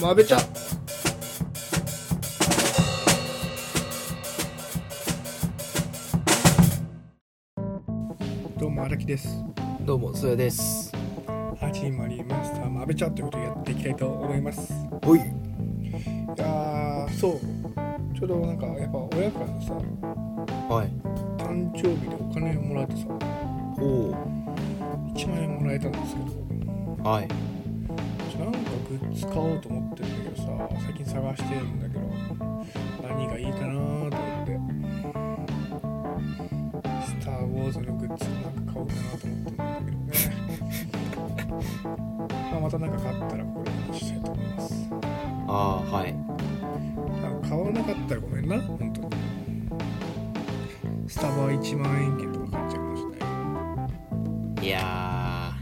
まべちゃどうも荒木ですどうもそやです始まりましたまべちゃということでやっていきたいと思いますほいいやーそうちょうどなんかやっぱ親からさはい誕生日でお金をもらってさほ1万円もらえたんですけうはいどなんかグッズ買おうと思ってるんだけどさ最近探してるんだけど何がいいかなーと思って「スター・ウォーズ」のグッズなんか買おうかなと思ってるんだけどねまあまた何か買ったらこれ話したいと思いますああーはいあの買わなかったらごめんな本当にスタバ1万円券とか買っちゃうかもしれないいや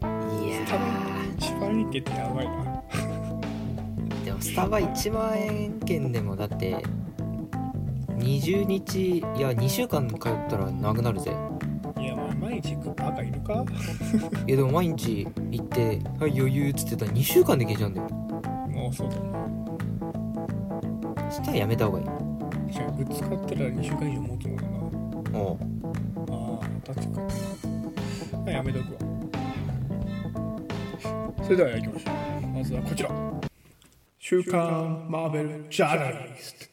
ーいやスタバ1万円券ってやばいなーでもスタバ1万円券でもだって20日いや2週間通ったらなくなるぜいやまあ毎日行くバカいるかいやでも毎日行って「はい余裕」っつってたら2週間で消えちゃうんだよもうそうだなそしたらやめた方がいいじゃあグッズ買ったら2週間以上持つもんなおうああ確かにまあやめとくわそれでは行きましょうまずはこちら「週刊マーベルジャーナリスト」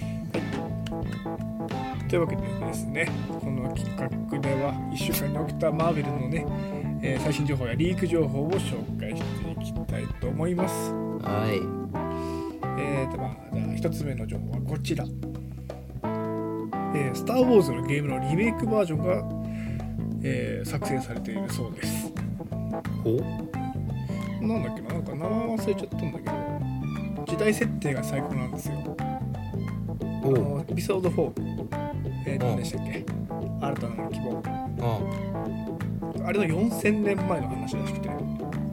はいというわけでですねこの企画では1週間に起きたマーベルのね、えー最新情報やリーク情報を紹介していきたいと思いますはいえーとまあ、じゃあ一つ目の情報はこちら、えースター・ウォーズ」のゲームのリメイクバージョンが、えー作成されているそうですほうなんだっけななんか名前忘れちゃったんだけど時代設定が最高なんですよあおうのエピソード4えー、うん何でしたっけ新たな希望ああれの4000年前の話らしくて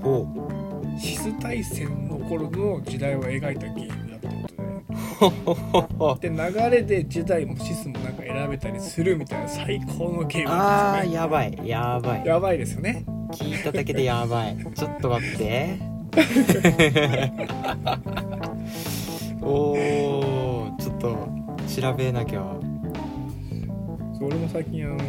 ほうシス大戦の頃の時代を描いたゲームだってことでで流れで時代もシスもなんか選べたりするみたいな最高のゲームあなーんですよねやばいやばいやばいですよね聞いただけでやばいちょっと待っておーちょっと調べなきゃそう俺も最近あの、ま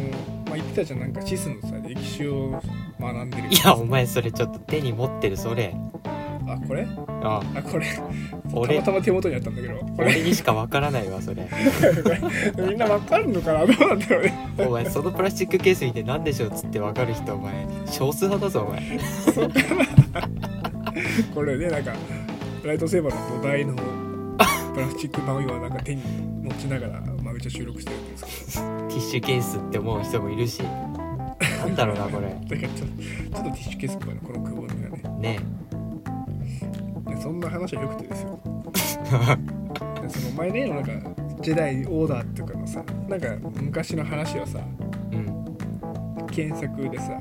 あ、言ってたじゃんなんかシスのさ歴史を学んでるいやお前それちょっと手に持ってるそれあこれああこれ俺たまたま手元にあったんだけどこれ俺にしかわからないわそれみんなわかるのかなどうなんだろうねお前そのプラスチックケース見て何でしょうっつってわかる人お前少数派だぞお前これねなんかライトセーバーの土台のプラスチック版を今なんか手に持ちながら、まあ、めっちゃ収録してるんですけどティッシュケースって思う人もいるしなんだろうなこれだからちょっとちょっとティッシュケースっぽいなこのくぼみがねねでそんな話はよくてですよでその前ねなんかジェダイオーダーとかのさなんか昔の話をさえうん検索でさ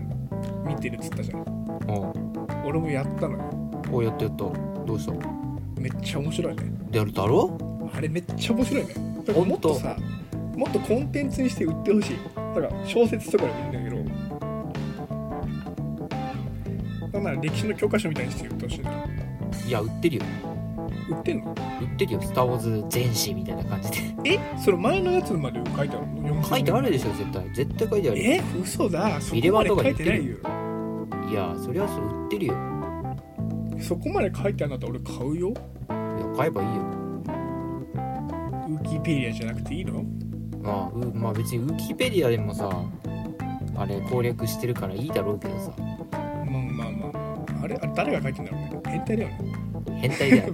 見てるっつったじゃんおう俺もやったのよおうやったやったどうしためっちゃ面白いねでやるだろあれめっちゃ面白いねだからもっとさもっとコンテンツにして売ってほしいだから小説とかでもいいんだけどなんなら歴史の教科書みたいにして売ってほしいないや売ってるよ売ってんの売ってるよ「スター・ウォーズ」全史みたいな感じ でえそれ前のやつまで書いてあるの書いてあるででしょ絶対絶対書いてあるよえ嘘だそビこレバまンでとか書言っいててるないよいやそりゃそう売ってるよいそこまで書いてあるんだったら俺買うよや買えばいいよウィキペディアじゃなくていいのまあ、うまあ別にウィキペディアでもさあれ攻略してるからいいだろうけどさまあまあまああれあれ誰が書いてんだろうね変態だよね 変態 だよ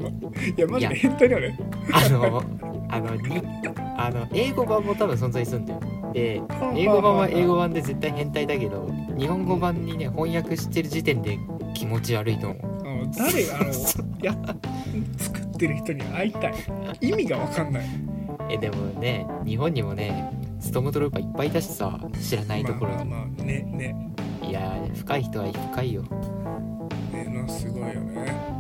いやマジで変態だよねあのあのにあの英語版も多分存在するんだよでん英語版は英語版で絶対変態だけど日本語版にね翻訳してる時点で気持ち悪いと思うあの誰 があのや作ってる人に会いたい意味が分かんないえでもね日本にもねストームトルーパーいっぱいいたしさ知らないところまあまあまあねねいやー深い人は深いよねのすごいよね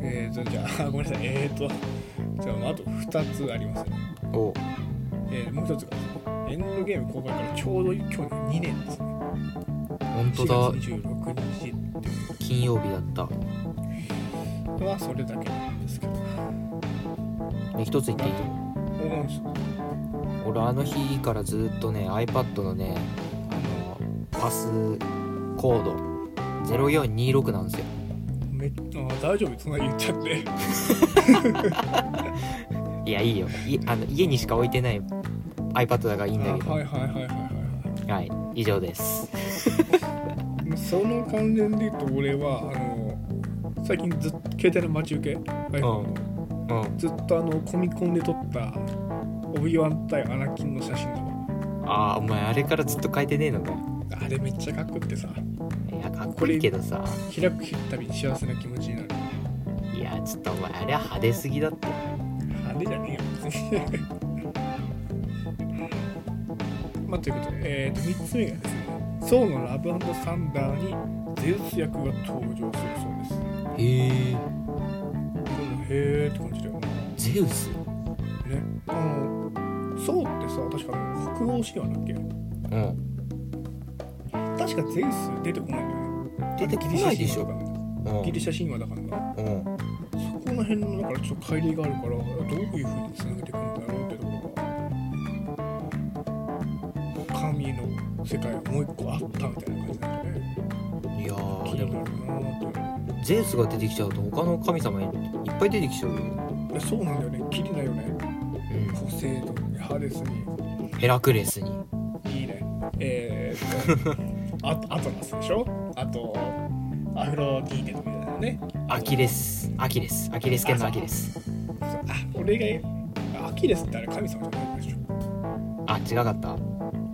えーとじゃあごめんなさいえーとじゃああと2つありますねおえーもう一つがですねエンドゲーム公開からちょうど去年2年ですね本当4だ月26日金曜日だったはそれだけなんですけどね一つ言っていいおー俺あの日からずっとね iPad のねあのパスコード0426なんですよめっあー大丈夫そんな言っちゃっていやいいよいあの家にしか置いてない iPad だからいいんだけあどはいはいはいはいはいはい以上ですその関連で言うと俺はあの最近ずっと携帯の待ち受け iPhone のうんずっとあのコミコンで撮ったオビワン対アナキンの写真だわああお前あれからずっと変えてねえのかあれめっちゃかっこよくてさいやかっこいいけどさ開くたびに幸せな気持ちになるいやちょっとお前あれは派手すぎだって派手じゃねえよ別 にまあということで、えー、と3つ目がですねソウのラブサンダーにゼウス役が登場するそうですへえでもへーって感じだよねゼウスねあのソウってさ確かあの北欧神話だっけうん確かゼウス出てこないんだよね出てこないでしょうんギリシャ神話だからなうんそこの辺のだからちょっと乖離があるからどういう風に繋げていくんだろうってところが神の世界がもう一個あったみたいな感じなんでねいや気ーでになもるなーってゼウスが出てきちゃうと他の神様いっぱい出てきちゃうよいやそうなんだよねキリだよねうポセイドンにハデスにんヘラクレスにいいねえー、っとあアトラスでしょあとアフロディーテとかみたいなねアキレスアキレスアキレス腱のアキレスあ俺がアキレスってあれ神様じゃないでしょあ違かった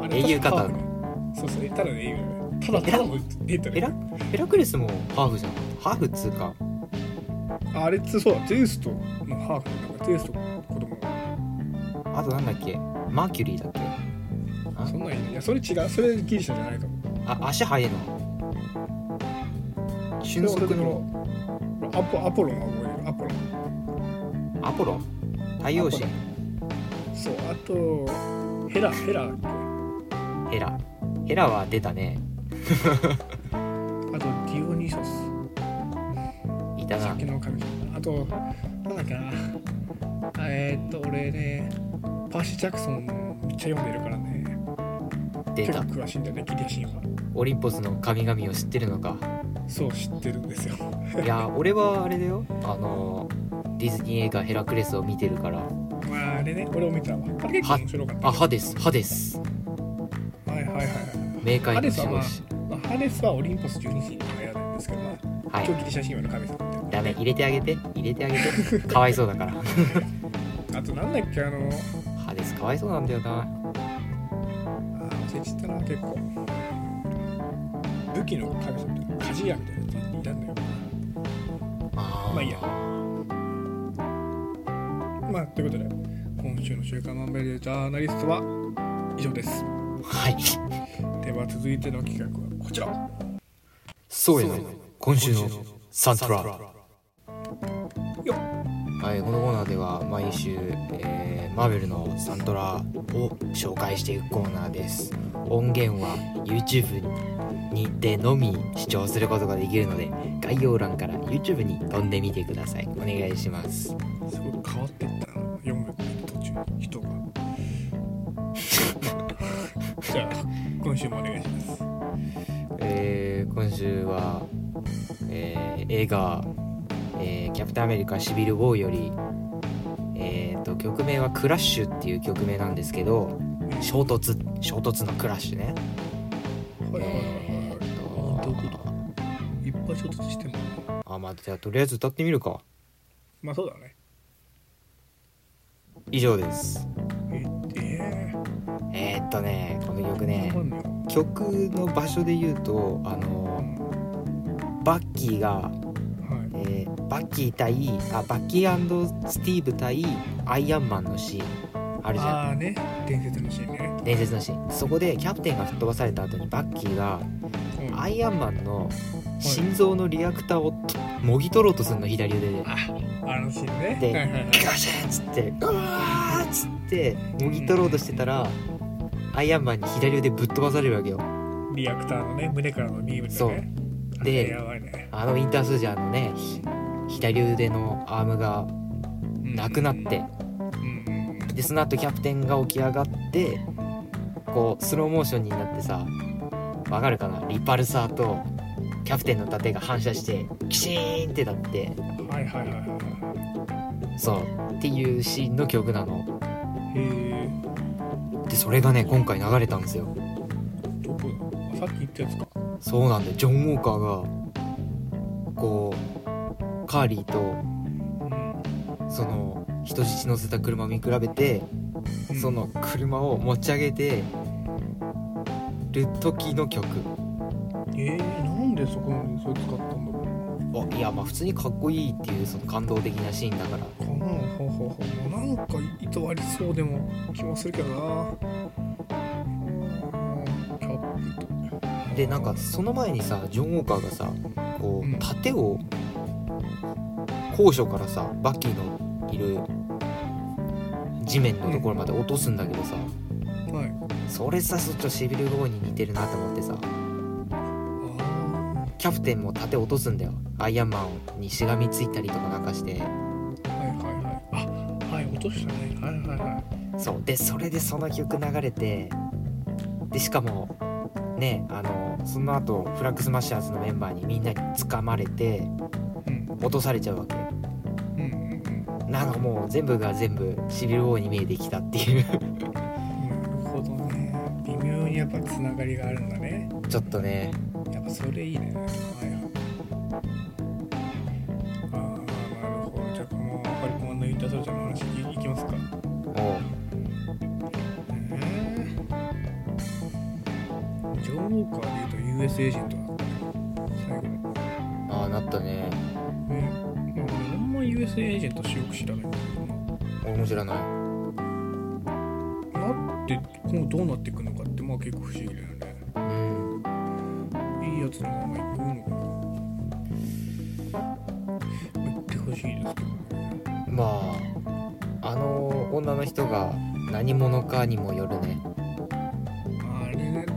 あれ英雄ただ方のそうそうただの英雄ただただのデータヘラヘラクレスもハーフじゃんハーフっつうかあれってそうだゼウスとのハーフなんかゼウスと子供があとなんだっけマーキュリーだっけそんなんいないいやそれ違うそれギリシャじゃないかもあ足速いの俊足のアポアポロンは覚えるアポロンアポロ太陽神そうあとヘラヘラあヘラヘラは出たねとディオニソスいたさなっきの神様あとなんだっけなあえー、っと俺ねパーシー・ジャクソンめっちゃ読んでるからね出結構た詳しいんだよねギリシャ神話オリンポスの神々を知ってるのかそう知ってるんですよいや俺はあれだよあのディズニー映画「ヘラクレス」を見てるからまああれね俺を見たわあれ結構面白かったあ歯です歯ですはいはいはいはい冥界ハのデスは守ま護あ神、まあ、ハデスはオリンポス12神の部屋なんですけど、まあ、は狂い気リシャ神話の神様みたいなダメ入れてあげて入れてあげ てかわいそうだからあとなんだっけあの歯ですかわいそうなんだよなあー忘れちゃったな結構武器の神様みたいな鍛冶屋みたいなやついたんだよあーまあいいやまあということで今週の「週刊マンベルジャーナリスト」は以上ですはいでは続いての企画はこちらそうやね今週のサントラよはいこのコーナーでは毎週、えーマーベルのサントラを紹介していくコーナーです音源は YouTube にてのみ視聴することができるので概要欄から YouTube に飛んでみてくださいお願いしますすごく変わっていったな読む途中に人がじゃあ今週もお願いしますえー今週は、えー映画、えーキャプテンアメリカシビル・ウォー」より、えーと曲名は「クラッシュ」っていう曲名なんですけど衝突衝突のクラッシュねはいはいはいはいえはいーどういうこといっぱい衝突してもあまあじゃあとりあえず歌ってみるかまあそうだね以上ですえええーっとねこの曲ねわかんないよ曲の場所で言うとあのバッキーが、はいえーバッキー対あバッキースティーブ対アイアンマンのシーンあるじゃんああね伝説のシーンね伝説のシーンそこでキャプテンが吹っ飛ばされた後にバッキーがうんアイアンマンの心臓のリアクターをともぎ取ろうとするの左腕でああのシーンでねはいはいはいガシャンっつってうわーっつってもぎ取ろうとしてたらアイアンマンに左腕ぶっ飛ばされるわけよリアクターのね胸からのビームとそうねであれやばいねあのウィンタースージャーのねひ左腕のアームがなくなってうんうんでその後キャプテンが起き上がってこうスローモーションになってさわかるかなリパルサーとキャプテンの盾が反射してキシーンってなってうんはいはいはいはそうっていうシーンの曲なのいへえでそれがね今回流れたんですよどこださっき言ったやつかそうなんだよジョン・ウォーカーがこうカーリーとその人質乗せた車見比べてうんその車を持ち上げてる時の曲えー、なんでそこにそれ使ったんだろうあいやまあ普通にかっこいいっていうその感動的なシーンだからかなほうほうほうなんか意図ありそうでも気もするけどなうんキャップとでなんかその前にさジョン・ウォーカーがさこうんう盾を高所からさバッキーのいる地面のところまで落とすんだけどさはいそれさちょっとシビル・ゴーに似てるなと思ってさあキャプテンも盾落とすんだよアイアンマンにしがみついたりとかなんかしてあはいはいはいあはい落としたねはいはいはいそうでそれでその曲流れてでしかもねあのその後フラッグスマッシャーズのメンバーにみんなに掴まれてうん落とされちゃうわけうんうんうんなんかもう全部が全部シビル王に見えてきたっていう なるほどね微妙にやっぱつながりがあるんだねちょっとねやっぱそれいいねはいはいああなるほどじゃあこのハリコンのインターソルジャーの話いいきますかもえージョー・ウォーカーでいうと US エージェントだ最後ねうああなったねまあ俺あんま US エージェントよく知らないんだけど俺も知らないななって今後どうなっていくのかってまあ結構不思議だよねうんいいやつのまま行くのかな行ってほしいですけどねまああの女の人が何者かにもよるねああれねだ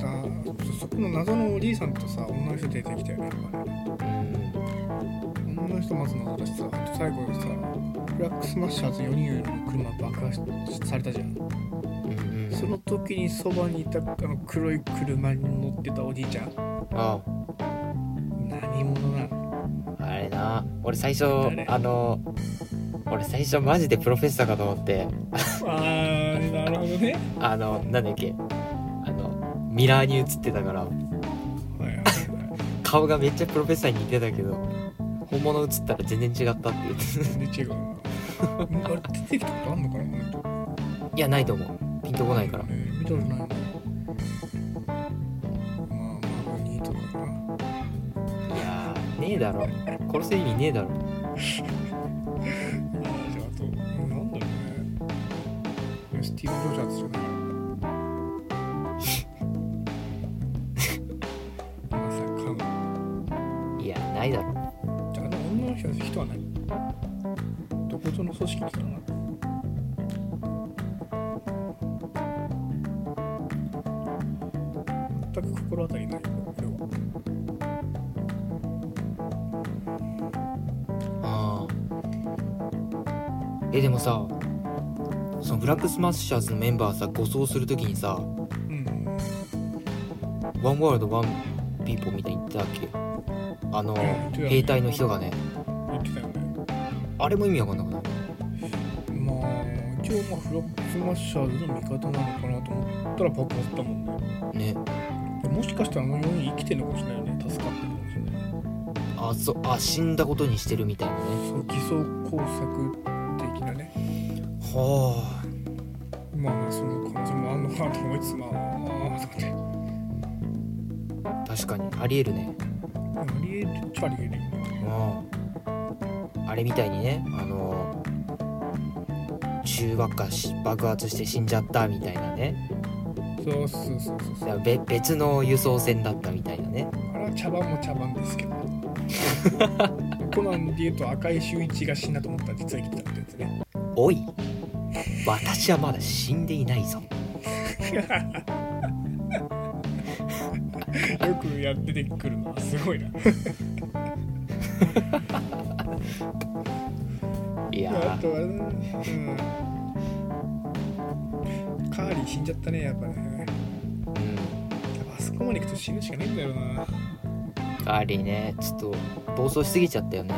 そそこの謎のおじいさんとさ女の人出てきたよねやっぱねうん女の人まず謎だしさ最後にさブラックスマッシャーズ4人の車爆破されたじゃんうんうんその時にそばにいたあの黒い車に乗ってたおじいちゃんああ何者なのあれな俺最初誰あの俺最初マジでプロフェッサーかと思ってあーなるほどねあのなんだっけあのミラーに映ってたからはいはい顔がめっちゃプロフェッサーに似てたけど本物映ったら全然違ったって言ってはいで違うなあれ出てきたことあんのかな本当いやないと思うピンとこないからえー見たことないなまあまあニートだないやーねえだろ殺す意味ねえだろあーじゃああとなんだろうねスティーブ・ロジャーズじゃない まさかのいやないだろじゃああの女の人は人は何どことの組織来たのかな全く心当たりないこれはあーえでもさそのブラックスマッシャーズのメンバーさ護送するときにさうんワンワールドワンピーポーみたいに言ってたっけあのうん言ってたね兵隊の人がね言ってたよねあれも意味わかんなくないまあ一応まあフラッグスマッシャーズの味方なのかなと思ったら爆発だもんねねもしかしたらあの4人生きてるのかもしれないよね助かってるのかもしれないねあそあ死んだことにしてるみたいなねそう偽装工作的なねはまあまあその可能性もあんのかなと思いつつまあまあと思ってあ確かにありえるねありえるっちゃありえるよねうんあれみたいにねあの中爆破し爆発して死んじゃったみたいなねそうそうそうそうだそからう。べ別の輸送船だったみたいなねあれは茶番も茶番ですけど。コナンで言うと赤井秀一が死んだと思ったら実は生きてたってやつね。おい私はまだ死んでいないぞよくやっててくるのはすごいないやあーとはね、うん、カーリー死んじゃったねやっぱねうんやっぱあそこまで行くと死ぬしかねえんだよなカーリーねちょっと暴走しすぎちゃったよね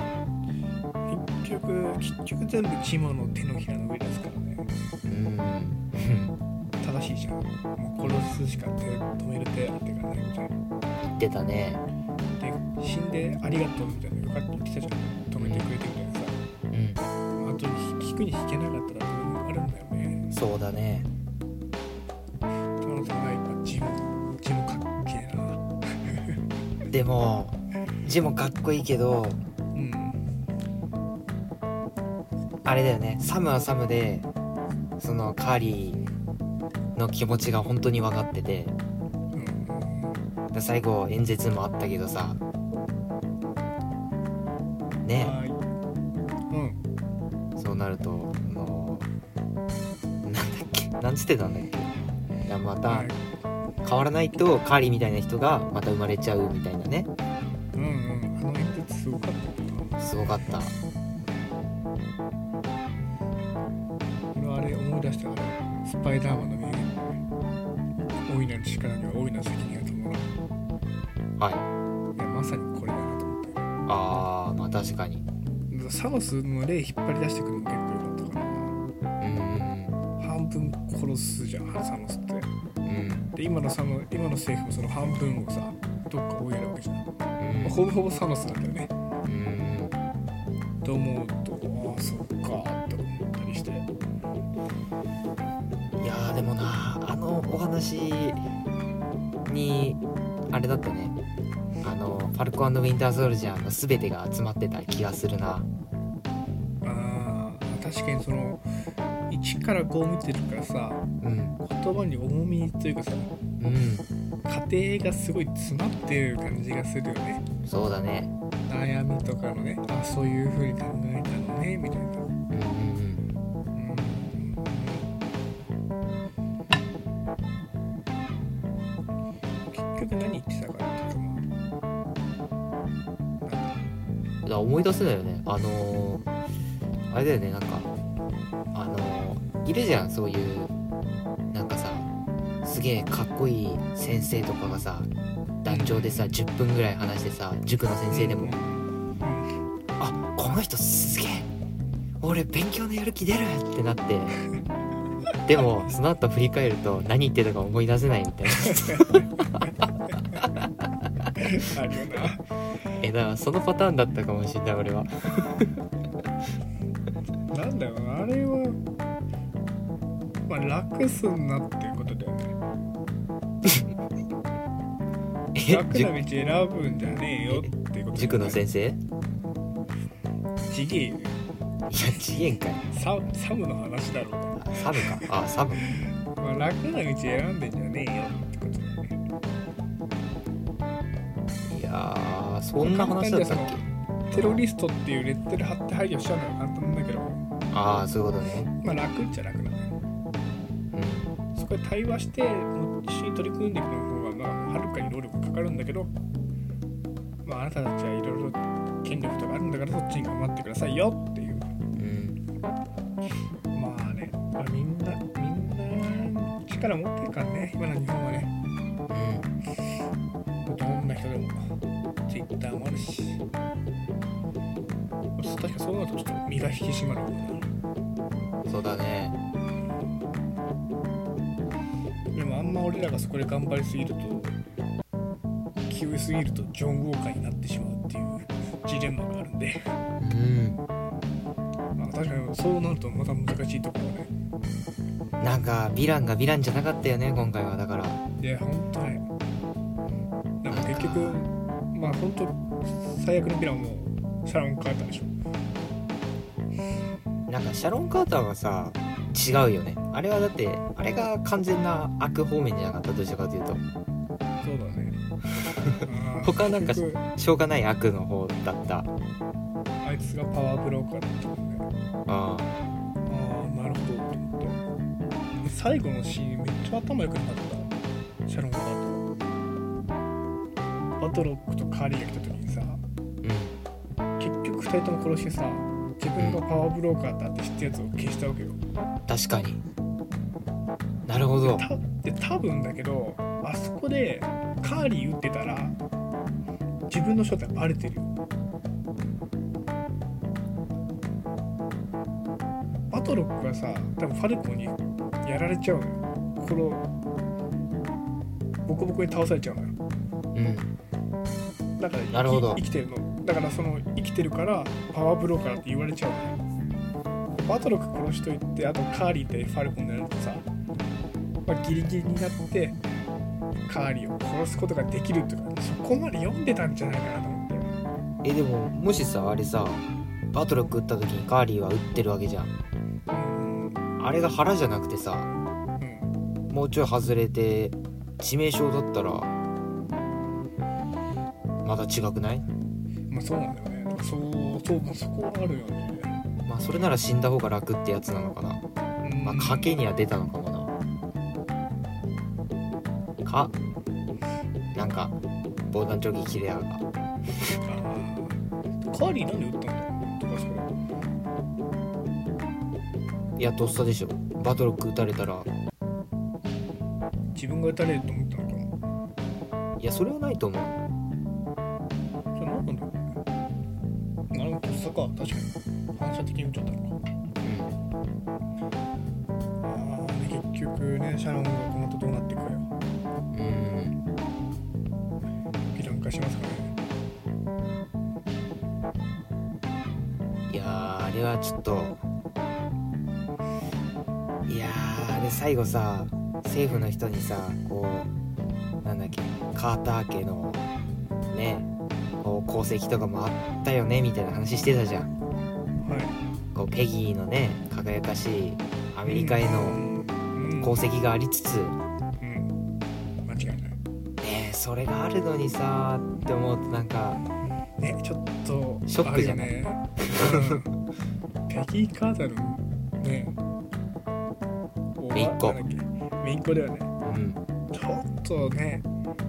結局結局全部チモの手のひらの上ですからねうん 正しいじゃんもう殺すしか手止める手当てがないみたいな言ってたねで死んでありがとうみたいなよかった言ってたじゃん止めてくれてみたいなさうんあと聞くに引けなかったらあるんだよねそうだねあのさやっぱチモチモかっけえなでも字もかっこいいけどうんあれだよねサムはサムでそのカーリーの気持ちが本当に分かっててうんで最後演説もあったけどさねはいうんそうなるとあのなんだっけなんつってたんだっけいやまたはい変わらないとカーリーみたいな人がまた生まれちゃうみたいなねうんうんあの演説すごかったよなすごかった俺はあれ思い出したからスパイダーマンの名言大いなる力には大いなる責任あと思うはいいやまさにこれだなと思ってあーまあ確かにサノスの例引っ張り出してくるの結構良かったかうんな半分殺すじゃんサノスってうんうんで今のサノ今の政府もその半分をさどっか追いやるわけじゃん、うんほぼほぼサノスなんだよねうんと思うとああそっかーって思ったりしていやーでもなあのお話にあれだったねあの「ファルコンウィンター・ソルジャー」の全てが集まってた気がするなあー確かにその1から5見てるからさうん言葉に重みというかさうん家庭がすごい詰まってる感じがするよねそうだね悩みとかのねあそういう風に考えたのねみたいなうんうん結局何言ってたかっていうとまあうんいや思い出せないよねあのー、あれだよねなんかあのー、いるじゃんそういうなんかさすげえかっこいい先生とかがさ団長でさ10分ぐらい話してさ塾の先生でもうんあこの人すげえ俺勉強のやる気出るってなってでもその後振り返ると何言ってたか思い出せないみたいなあるよなえだからそのパターンだったかもしれない俺はなんだよなあれはまあ楽すんなっていうことだよねえ楽な塾道選ぶんじゃねえよっていうことだよね塾の先生いやちげえよちげえんかいササムの話だろうがあサブかあサブまあ、楽な道選んでんじゃねえよってことだよねいやーそんな話だったっけテロリストっていうレッテル貼って配慮しちゃうのは簡単なんだけど、ああそういうことねまあ、楽っちゃ楽なんだようんそこで対話して一緒に取り組んでいくの方が、まあ、はるかに労力かかるんだけど、まあ、あなたたちはいろいろ権力とかあるんだからそっちに頑張ってくださいよっていううんまあね、まあ、みんなみんな力持ってるからね今の日本はねうんどんな人でも Twitter もあるし確かそうなるとちょっと身が引き締まるよなそうだねでもあんま俺らがそこで頑張りすぎると気負いすぎるとジョン・ウォーカーになってしまうっていうジレンマがあるんで、うんまあ、確かにそうなるとまた難しいところがねなんかヴィランがヴィランじゃなかったよね今回はだからいや本当ねなんか結局まあ本当最悪のヴィランもシャロン・カーターでしょなんかシャロン・カーターはさ違うよねあれはだってあれが完全な悪方面じゃなかったどちらかというとそうだね他なんか結局しょうがない悪の方だったあいつがパワーブローカーだったもんねあああなるほどと思って最後のシーンめっちゃ頭良くなかったシャロン・カーターあバトロックとカーリーが来た時にさうん結局2人とも殺してさ自分がパワーブローカーだって知ったやつを消したわけよ確かになるほどたで多分だけどあそこでカーリー打ってたら自分の正体バレてるよバトロックはさ多分ファルコンにやられちゃうのよこのボコボコに倒されちゃうのようんだから生きなるほど生きてるのだからその生きてるからパワーブローカーって言われちゃうのよバトロック殺しといてあとカーリーってファルコンになるとさ、まあ、ギリギリになってカーリーを殺すことができるとかそこまで読んでたんじゃないかなと思ってえでももしさあれさバトロック打った時にカーリーは打ってるわけじゃんうんあれが腹じゃなくてさうんもうちょい外れて致命傷だったらまた違くないまあそうなんだよねそうそうまあそこはあるよねまあそれなら死んだ方が楽ってやつなのかなうんまあ賭けには出たのかもなかなんか防弾チョッキ切れやがあーカーリーなんで撃ったんだろうとかそれいやとっさでしょバトロック打たれたら自分が撃たれると思ったのかいやそれはないと思うそれ何なんだろうねなるほどそっか確かに反射的に打っちゃったのかうんああね結局ねシャロンがこの後どうなっていくかようん議論化しますかねいやーあれはちょっといやーあれ最後さ政府の人にさこうなんだっけカーター家のねこう功績とかもあったよねみたいな話してたじゃんはいこうペギーのね輝かしいアメリカへうのん、功績がありつつ、うん、間違いないねえそれがあるのにさって思うとなんかねちょっとショックじゃないあるよね、うんペギー・カータルのねおば姪っな子んだっけ姪っ子だよねうんちょっとね、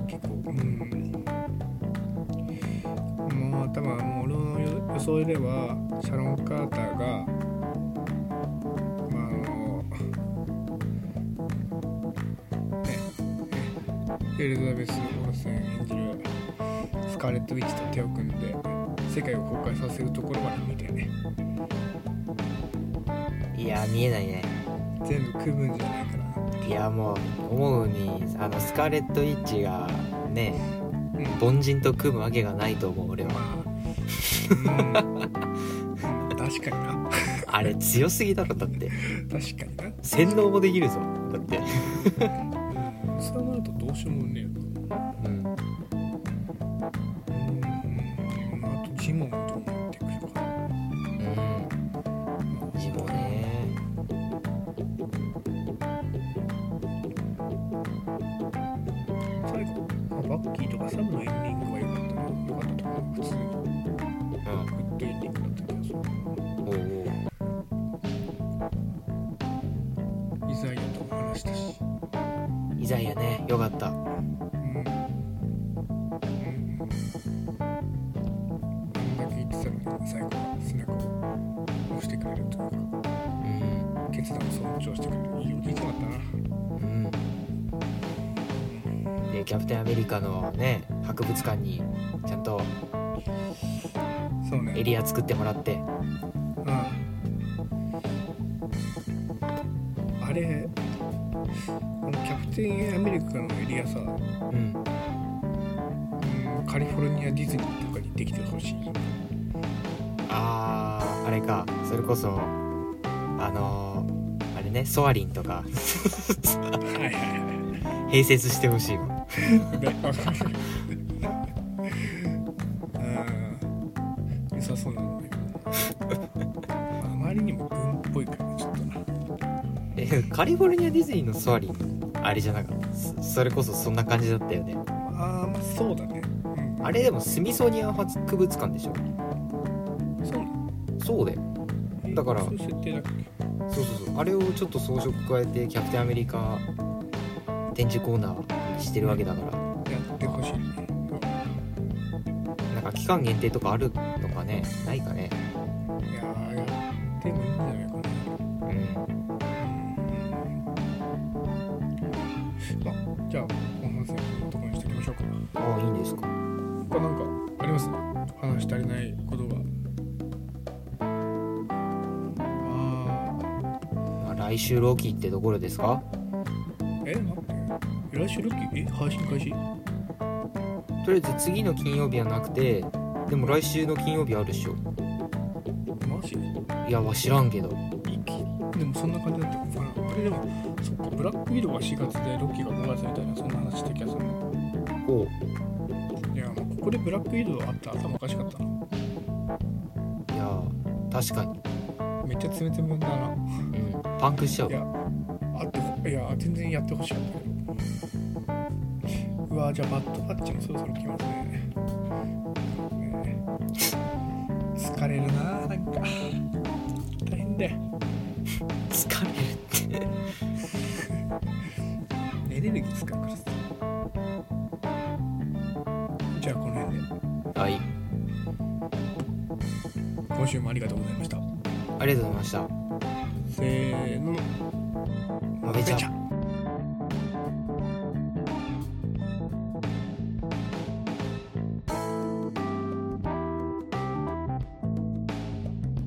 結構、うん。もう、多分もう俺の予予想では、シャロン・カーターが、まあ、あの、ね、エリザベス・オーセン演じるスカーレット・ウィッチと手を組んで、世界を崩壊させるところまで見てね、いや見えないね全部組むんじゃないかな。いやもう思うにあのスカーレット・ウィッチがねうん凡人と組むわけがないと思う俺まはあ、うん、確かにな、あれ強すぎだろだって確かにな。洗脳もできるぞだってそうなるとどうしようもねえようんうんあとジモンもどうなってくるかなうんジモね最後まあバッキーとかサムのエンディングは良かったな良かったと思う普通にうんグッドエンディングだった気がするおうおうイザヤとも話したしイザイアねよかったうんうんあんだけ言ってたのに最後は背中を押してくれるといううんか決断を尊重してくれるいいおじいちゃんだったなうんでキャプテンアメリカのね博物館にちゃんとそうねエリア作ってもらってうんあれあのキャプテンアメリカのエリアさ、ううんん、カリフォルニアディズニーとかにできてほしいあーあれかそれこそあのー、あれねソアリンとかは いはい は併設してほしいわいでわかるうん良さそうなんだけどなあまりにも軍っぽいからちょっとなえ カリフォルニアディズニーのソアリンあれじゃなかったそそれこそそんな感じだったよねあーまあそうだね、うん、あれでもスミソニアン博物館でしょそうなんそうだよだからそういう設定だっけそうそうそうあれをちょっと装飾加えてキャプテンアメリカ展示コーナーにしてるわけだからやってほしいね期間限定とかあるのかねないかねいやーやってもいいんじゃないかなうんまあじゃあ後半戦のところにしておきましょうかああいいんですか他なんかあります話し足りないことがあまあ来週ローキーってところですかーえ待って来週ロッキーえ配信開始とりあえず次の金曜日はなくてでも来週の金曜日あるでしょマジいやわ知らんけど一気にでもそんな感じだったのかなこれでもそっかブラックウィドウが4月でロッキーが5月みたいなそんな話した気がするねおういやもうここでブラックウィドウあったら頭おかしかったないや確かにめっちゃ冷てもんだなうんパンクしちゃういやあってほいや全然やってほしかったけどうわじゃあバッドパッチもそろそろ来ますねね疲れるななんか大変だよ疲れるってエネルギー使うからさじゃあこの辺ではい今週もありがとうございましたありがとうございましたせーのまべちゃんん